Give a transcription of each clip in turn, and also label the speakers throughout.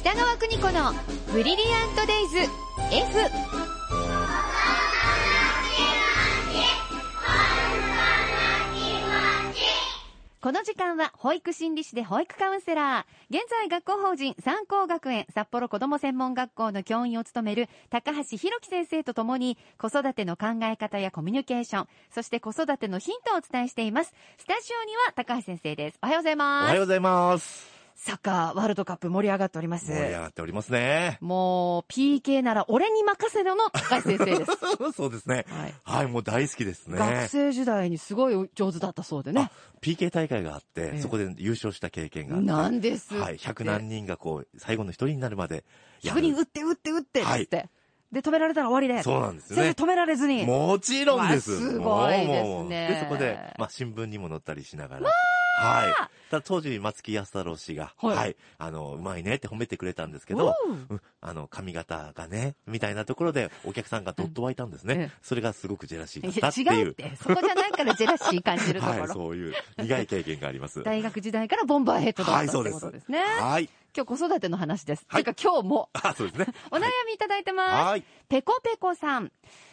Speaker 1: 北川邦子のブリリアントデイズ F この時間は保育心理士で保育カウンセラー、現在学校法人三高学園札幌子ども専門学校の教員を務める高橋弘樹先生とともに子育ての考え方やコミュニケーション、そして子育てのヒントをお伝えしています。スタジオには高橋先生です。おはようござい
Speaker 2: お
Speaker 1: ます。
Speaker 2: はようございます。
Speaker 1: サッカーワールドカップ盛り上がっております。
Speaker 2: 盛り上がっておりますね。
Speaker 1: もう、PK なら俺に任せろの高橋先生です。
Speaker 2: そうですね。
Speaker 1: はい
Speaker 2: はい、もう大好きですね
Speaker 1: 学。生時代にすごい上手だったそうでね。
Speaker 2: PK 大会があっ
Speaker 1: ええ
Speaker 2: て、そこで優勝した経験があって。
Speaker 1: なんです。
Speaker 2: はい、100何人がこう、最後の一人になるまで
Speaker 1: 100
Speaker 2: やる。
Speaker 1: 人打って打って打ってっ
Speaker 2: は
Speaker 1: つ
Speaker 2: い
Speaker 1: って。で、止められたら終わりで。
Speaker 2: そうなんです
Speaker 1: 先
Speaker 2: ね
Speaker 1: 生。止められずに。
Speaker 2: もちろんです。
Speaker 1: わすごいですね
Speaker 2: もうもうもうで、そこで、まあ、新聞にも載ったりしながら。はい。ただ当時、松木安太郎氏が、
Speaker 1: はい
Speaker 2: はい。あの、うまいねって褒めてくれたんですけど、
Speaker 1: うん
Speaker 2: うんあの、髪型がね、みたいなところで、お客さんがどっと湧いたんです
Speaker 1: うんえ
Speaker 2: ね
Speaker 1: え。
Speaker 2: それがすごくジェラシー
Speaker 1: い
Speaker 2: だ
Speaker 1: や
Speaker 2: ったって
Speaker 1: 違
Speaker 2: いう
Speaker 1: っ
Speaker 2: う。
Speaker 1: て。そこじゃないからジェラシー感じるとこ
Speaker 2: はい、
Speaker 1: ろ。
Speaker 2: そういう苦い経験があ ります。
Speaker 1: 大学時代からボンバーヘッドだ
Speaker 2: は
Speaker 1: っ
Speaker 2: い、
Speaker 1: た
Speaker 2: そ
Speaker 1: っ
Speaker 2: う
Speaker 1: て
Speaker 2: で
Speaker 1: こと
Speaker 2: す
Speaker 1: ですね。。
Speaker 2: はい。
Speaker 1: 今日子育ての話です。
Speaker 2: はい
Speaker 1: てか今日も
Speaker 2: あ、そうですね。
Speaker 1: お悩みいただいてます。
Speaker 2: はい。
Speaker 1: ペコペコさん。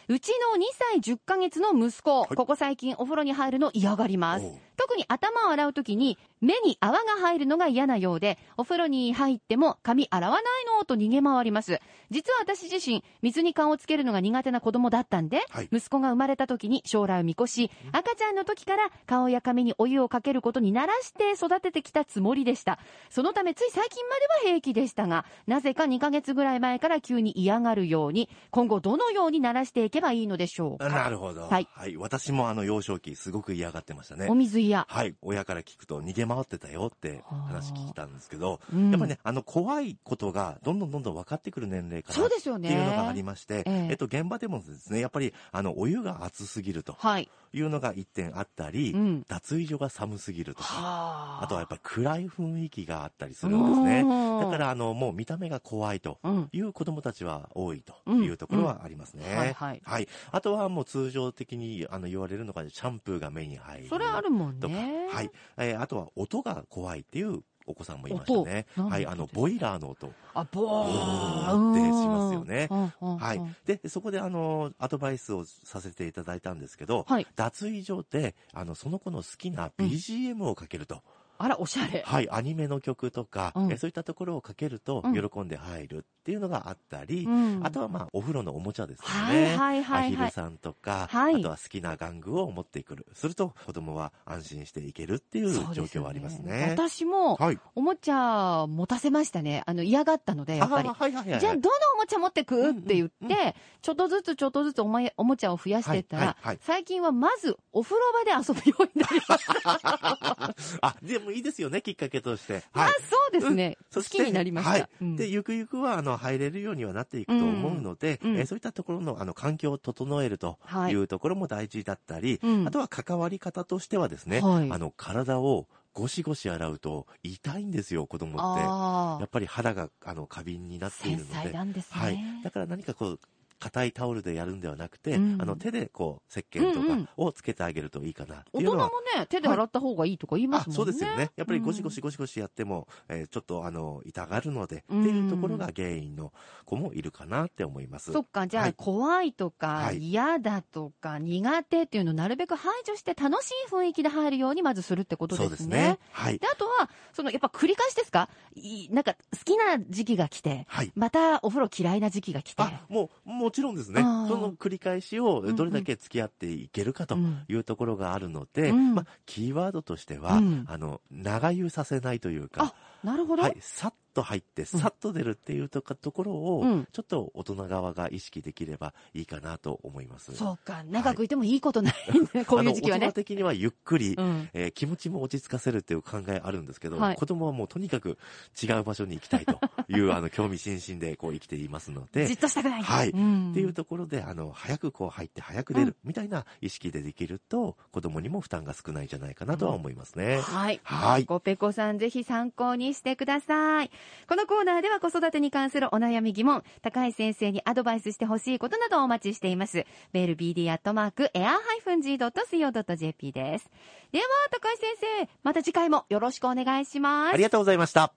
Speaker 1: うちの2歳10ヶ月の息子、
Speaker 2: い
Speaker 1: ここ最近お風呂に入るの嫌がります
Speaker 2: おう。
Speaker 1: 特に頭を洗うときに目に泡が入るのが嫌なようで、お風呂に入っても髪洗わないのと逃げ回ります。実は私自身、水に顔をつけるのが苦手な子供だったんで、
Speaker 2: はい
Speaker 1: 息子が生まれたときに将来を見越し、赤ちゃんの時から顔や髪にお湯をかけることに慣らして育ててきたつもりでした。そのためつい最近までは平気でしたが、なぜか2ヶ月ぐらい前から急に嫌がるように、今後どのように慣らしていけばいいのでしょうか。
Speaker 2: なるほど。
Speaker 1: はい
Speaker 2: はい。私もあの幼少期、すごく嫌がってましたね
Speaker 1: お。水嫌。
Speaker 2: はい。親から聞くと逃げ回ってたよって話聞いたんですけど、
Speaker 1: うん
Speaker 2: やっぱね、あの、怖いことがどんどんどんどん分かってくる年齢か
Speaker 1: そ
Speaker 2: な
Speaker 1: う
Speaker 2: っ
Speaker 1: ですよ
Speaker 2: て
Speaker 1: ね。
Speaker 2: いうのがありまして、
Speaker 1: ええ
Speaker 2: えっと、現場でもですね、やっぱり、あの、お湯が熱すぎると
Speaker 1: はい。
Speaker 2: いうのが一点あったり、
Speaker 1: うん
Speaker 2: 脱衣所が寒すぎるとか、
Speaker 1: あ、
Speaker 2: あとはやっぱり暗い雰囲気があったりするんですね。だからら、あの、もう見た目が怖いと
Speaker 1: うん。
Speaker 2: いう子供たちは多いというところはありますね。
Speaker 1: うんうんはいはい
Speaker 2: あとはもう通常的にあの言われるのが、シャンプーが目に入る。
Speaker 1: それあるもん
Speaker 2: とか、
Speaker 1: ね。
Speaker 2: はい。。えーあとは音が怖いっていうお子さんもいましたね。
Speaker 1: 音
Speaker 2: はい。
Speaker 1: 何
Speaker 2: あ
Speaker 1: の音
Speaker 2: の、
Speaker 1: ですか
Speaker 2: ボイラーの音。
Speaker 1: あ、ボー
Speaker 2: ボーンってしますよね
Speaker 1: うんうんうん
Speaker 2: はい。で、そこであの、アドバイスをさせていただいたんですけど、
Speaker 1: はい。
Speaker 2: 脱衣所で、あの、その子の好きな BGM をかけると。
Speaker 1: あら、おしゃれ。
Speaker 2: はい、アニメの曲とか、
Speaker 1: うん
Speaker 2: えそういったところをかけると
Speaker 1: うん、
Speaker 2: 喜んで入るっていうのがあったり、
Speaker 1: うん
Speaker 2: あとはまあ、お風呂のおもちゃですよ
Speaker 1: はい
Speaker 2: ね。
Speaker 1: はいは
Speaker 2: ア
Speaker 1: い
Speaker 2: ヒ
Speaker 1: は
Speaker 2: ル
Speaker 1: い。
Speaker 2: さんとか、
Speaker 1: はい
Speaker 2: あとは好きな玩具を持ってくる。すると、子供は安心していけるっていう
Speaker 1: そう
Speaker 2: 状
Speaker 1: です
Speaker 2: 況
Speaker 1: よ
Speaker 2: はありますね。
Speaker 1: 私も、
Speaker 2: はい。
Speaker 1: おもちゃ持たせましたね。あの、嫌がったので、やっぱり
Speaker 2: あ。はいはいはいはい。
Speaker 1: じゃあ、どのおもちゃ持って
Speaker 2: うん
Speaker 1: く
Speaker 2: う
Speaker 1: っ
Speaker 2: ん
Speaker 1: て言って、ちょっとずつちょっとずつおまえおもちゃを増やしていった
Speaker 2: はい
Speaker 1: ら
Speaker 2: はいはい、
Speaker 1: 最近はまずお風呂場で遊ぶようになりました。
Speaker 2: あ、でもいいですよね、きっかけとして。
Speaker 1: あ
Speaker 2: はい。、
Speaker 1: そうですね。好
Speaker 2: そして
Speaker 1: きになりまし
Speaker 2: は
Speaker 1: た
Speaker 2: い。
Speaker 1: うん
Speaker 2: で、ゆくゆくは、あの、入れるようにはなっていくと思うので、
Speaker 1: うんうん
Speaker 2: えーそういったところの、あの、環境を整えると
Speaker 1: はいい。
Speaker 2: うところも大事だったり、
Speaker 1: うん
Speaker 2: あとは関わり方としてはですね、
Speaker 1: はい
Speaker 2: あの、体をゴシゴシ洗うと痛いんですよ、子供って。
Speaker 1: あ
Speaker 2: やっぱり肌が、あの、過敏にな
Speaker 1: あ、
Speaker 2: ってい
Speaker 1: 繊
Speaker 2: るの
Speaker 1: 細
Speaker 2: で。
Speaker 1: なんですね。
Speaker 2: はい。だから何かこう、硬いタオルでやるんではなくて、
Speaker 1: うん
Speaker 2: あの、手でこう、石鹸
Speaker 1: うんうん
Speaker 2: とかをつけてあげるといいかなって
Speaker 1: 大
Speaker 2: いう
Speaker 1: 人
Speaker 2: のは
Speaker 1: もね、手で洗った方がいいとか言いますもんね。
Speaker 2: あそうですよね。やっぱりゴシゴ
Speaker 1: シ。
Speaker 2: シゴシゴシやっても、えーちょっとあの、痛がるので、
Speaker 1: うん
Speaker 2: っていうところが原因の子もいるかなって思います。
Speaker 1: そっか、じゃ
Speaker 2: は
Speaker 1: あ、
Speaker 2: い
Speaker 1: 怖いとか、
Speaker 2: はい
Speaker 1: 嫌だとか、苦手っていうのをなるべく排除して、楽しい雰囲気で入るようにまずするってことですね。
Speaker 2: そうですね。はい。
Speaker 1: で、あとは、その、やっぱ繰り返しですかいなんか、好きな時期が来て、
Speaker 2: はい。
Speaker 1: またお風呂嫌いな時期が来て。
Speaker 2: あ、もう、もちろんですね。そ
Speaker 1: あー
Speaker 2: の繰り返しをどれだけ付き合っていけるかと
Speaker 1: うん
Speaker 2: いうところがあるので、
Speaker 1: うん
Speaker 2: まあ、キーワードとしては、
Speaker 1: うん
Speaker 2: あの、長湯させないというか、
Speaker 1: なるほど。
Speaker 2: はい、さっと入って、さっと出るっていうとか、ところを、
Speaker 1: うん
Speaker 2: ちょっと大人側が意識できればいいかなと思います。
Speaker 1: そうか、長くいてもいいことない、こういう時期は
Speaker 2: あの
Speaker 1: ね
Speaker 2: 大人。的にはゆっくり、
Speaker 1: うん。
Speaker 2: えー気持ちも落ち着かせるっていう考えあるんですけど、
Speaker 1: はい
Speaker 2: 子供はもうとにかく違う場所に行きたいという あの興味津々でこう生きていますので、
Speaker 1: じっとしたくない。
Speaker 2: はい
Speaker 1: ん
Speaker 2: っていうところで、あの、早くこう入って早く出るみたいな意識でできると、子供にも負担が少ないんじゃないかなとは思いますね。
Speaker 1: はい。
Speaker 2: はい。
Speaker 1: ごぺこさんぜひ参考にしてください。このコーナーでは子育てに関するお悩み疑問、高井先生にアドバイスしてほしいことなどをお待ちしています。メール bd アットマーク air-g.co.jp です。では、高井先生、また次回もよろしくお願いします
Speaker 2: あり。がとうございました。